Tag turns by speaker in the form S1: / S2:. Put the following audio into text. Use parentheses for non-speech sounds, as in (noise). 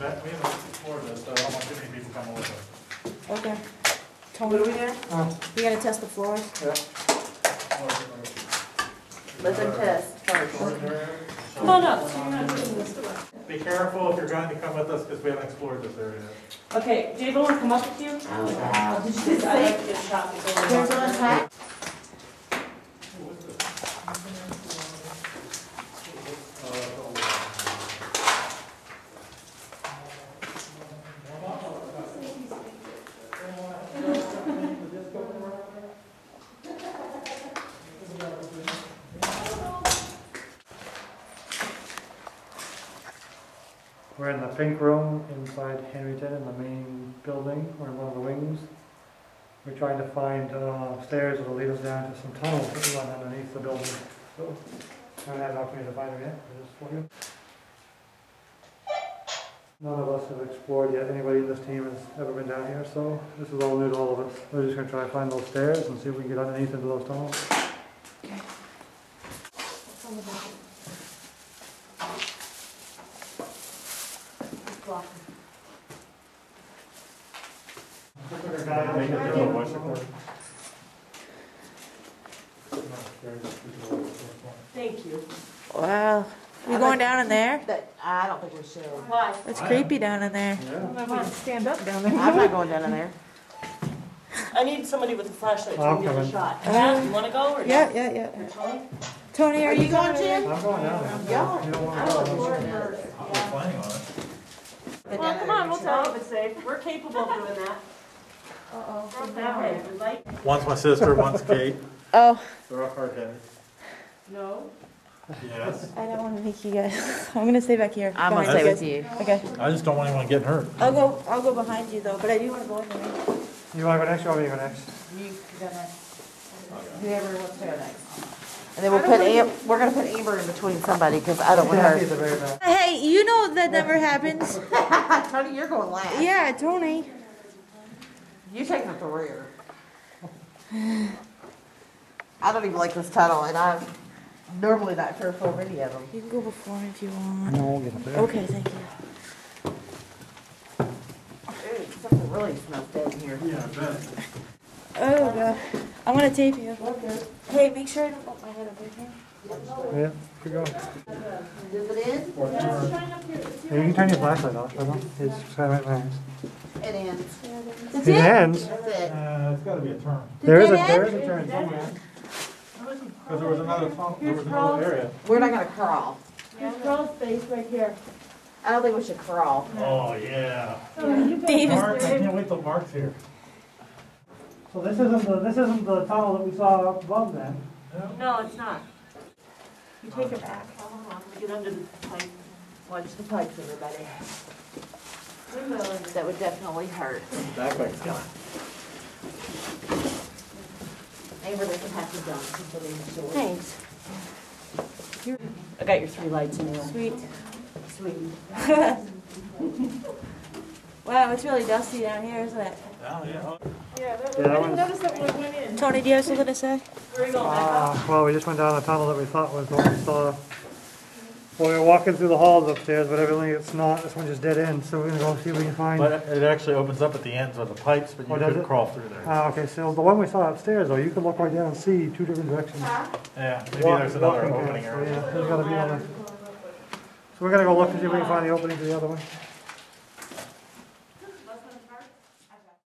S1: met, we haven't explored this, so I don't want too many people come over.
S2: Okay. Tony, we there?
S1: Oh,
S2: We gotta test the floors?
S1: yeah.
S3: Let them test first.
S4: Come on up, so you're not doing this to us.
S1: Be careful if you're going to come with us, because we haven't explored this area.
S4: Okay, do you want to come up with you?
S3: Oh, wow. Did you
S4: I
S3: see?
S4: like this shop. It's only-
S3: There's one pack.
S5: We're in the pink room inside Henryton in the main building, we're in one of the wings. We're trying to find uh, stairs that'll lead us down to some tunnels that run underneath the building. So, haven't had an opportunity to find them yet, but it's for you. None of us have explored yet, anybody in this team has ever been down here, so this is all new to all of us. We're just gonna try to find those stairs and see if we can get underneath into those tunnels.
S4: Thank you.
S2: Wow. You going down in there?
S3: That, I don't think we should.
S4: Why?
S2: It's creepy down in there. Stand up down there.
S3: I'm not going down in there.
S4: I need somebody with a flashlight so
S5: I'll
S4: we can
S5: come
S4: get a
S5: in.
S4: shot.
S3: Uh-huh.
S4: Matt, you want to go or?
S2: Yeah, yeah, yeah. Tony, are you going
S3: Jim?
S2: to?
S5: I'm going down there.
S3: Y'all-
S5: You don't wanna
S3: I'm
S5: go
S3: on
S5: down
S3: board
S5: there.
S3: first.
S1: planning on it.
S4: Well, come on, we'll tell you if it's safe. We're capable of doing that. Uh-oh.
S1: One's my sister, one's Kate.
S2: Oh,
S1: They're all hard-headed.
S4: No.
S1: Yes.
S2: I don't wanna make you guys, (laughs) I'm gonna stay back here.
S3: I'm gonna
S2: Behind
S3: stay with you.
S2: guys. Okay.
S1: I just don't want anyone getting hurt.
S2: I'll go, I'll go behind you though, but I do wanna go in there.
S5: You wanna go next, or you want me to go next?
S3: You, whoever wants to go next. And then we'll put Am, we're gonna put Amber in between somebody, cause I don't want
S5: Kathy's
S3: her.
S5: the very back.
S2: Hey, you know that never happens.
S3: (laughs) Tony, you're going last.
S2: Yeah, Tony.
S3: You take the rear. (sighs) I don't even like this tunnel, and I'm normally not fearful of any of them.
S2: You can go before me if you want.
S5: No, we'll get up there.
S2: Okay, thank you.
S3: Ooh, something really smells dead in here.
S1: Yeah, I bet.
S2: Oh, God. I'm gonna tape you. Hey, make sure I don't bump my head over here.
S5: Yeah, keep going.
S3: Move it in,
S1: Uh,
S5: Yeah, you can turn your flashlight off, I don't, it's silent lamps.
S3: it ends.
S5: It ends,
S3: That's it.
S1: Uh, it's gotta be a turn.
S5: there is a,
S2: it end?
S5: there is a turn somewhere.
S1: Because there was another, phone- there was another area.
S3: We're not gonna crawl.
S6: There's crawl space right here.
S3: I don't think we should crawl.
S1: Oh, yeah.
S2: Davis,
S1: Mark, I can't wait till Mark's here.
S5: So this isn't the, this isn't the tunnel that we saw up above then.
S4: No, it's not. You take it back. Hold on, I'm gonna get under the pipe.
S3: Watch the pipes, everybody. That would definitely hurt.
S1: Back, back, come
S3: Amber doesn't have to jump, she's really short.
S2: thanks.
S4: I got your three lights in there.
S2: Sweet.
S3: Sweet.
S2: (laughs) Wow, it's really dusty down here, isn't it?
S1: Oh, yeah.
S6: Yeah, that
S5: Yeah, that
S6: I didn't
S5: one's-
S6: notice that one went in.
S2: Tony, do you have something to say?
S4: Where are you going? Back up?
S5: Ah, well, we just went down a tunnel that we thought was what we saw. Well, we were walking through the halls upstairs, but evidently it's not, this one just dead end, so we're gonna go see if we can find.
S1: But it actually opens up at the ends of the pipes, but you
S5: Oh, does
S1: could
S5: it?
S1: crawl through there.
S5: Ah, okay, so the one we saw upstairs though, you could look right down and see two different directions.
S1: Yeah, maybe there's another
S5: Walking
S1: opening
S5: path, so
S1: area.
S5: Yeah, there's gotta be another. So we're gonna go look and see if we can find the opening to the other one.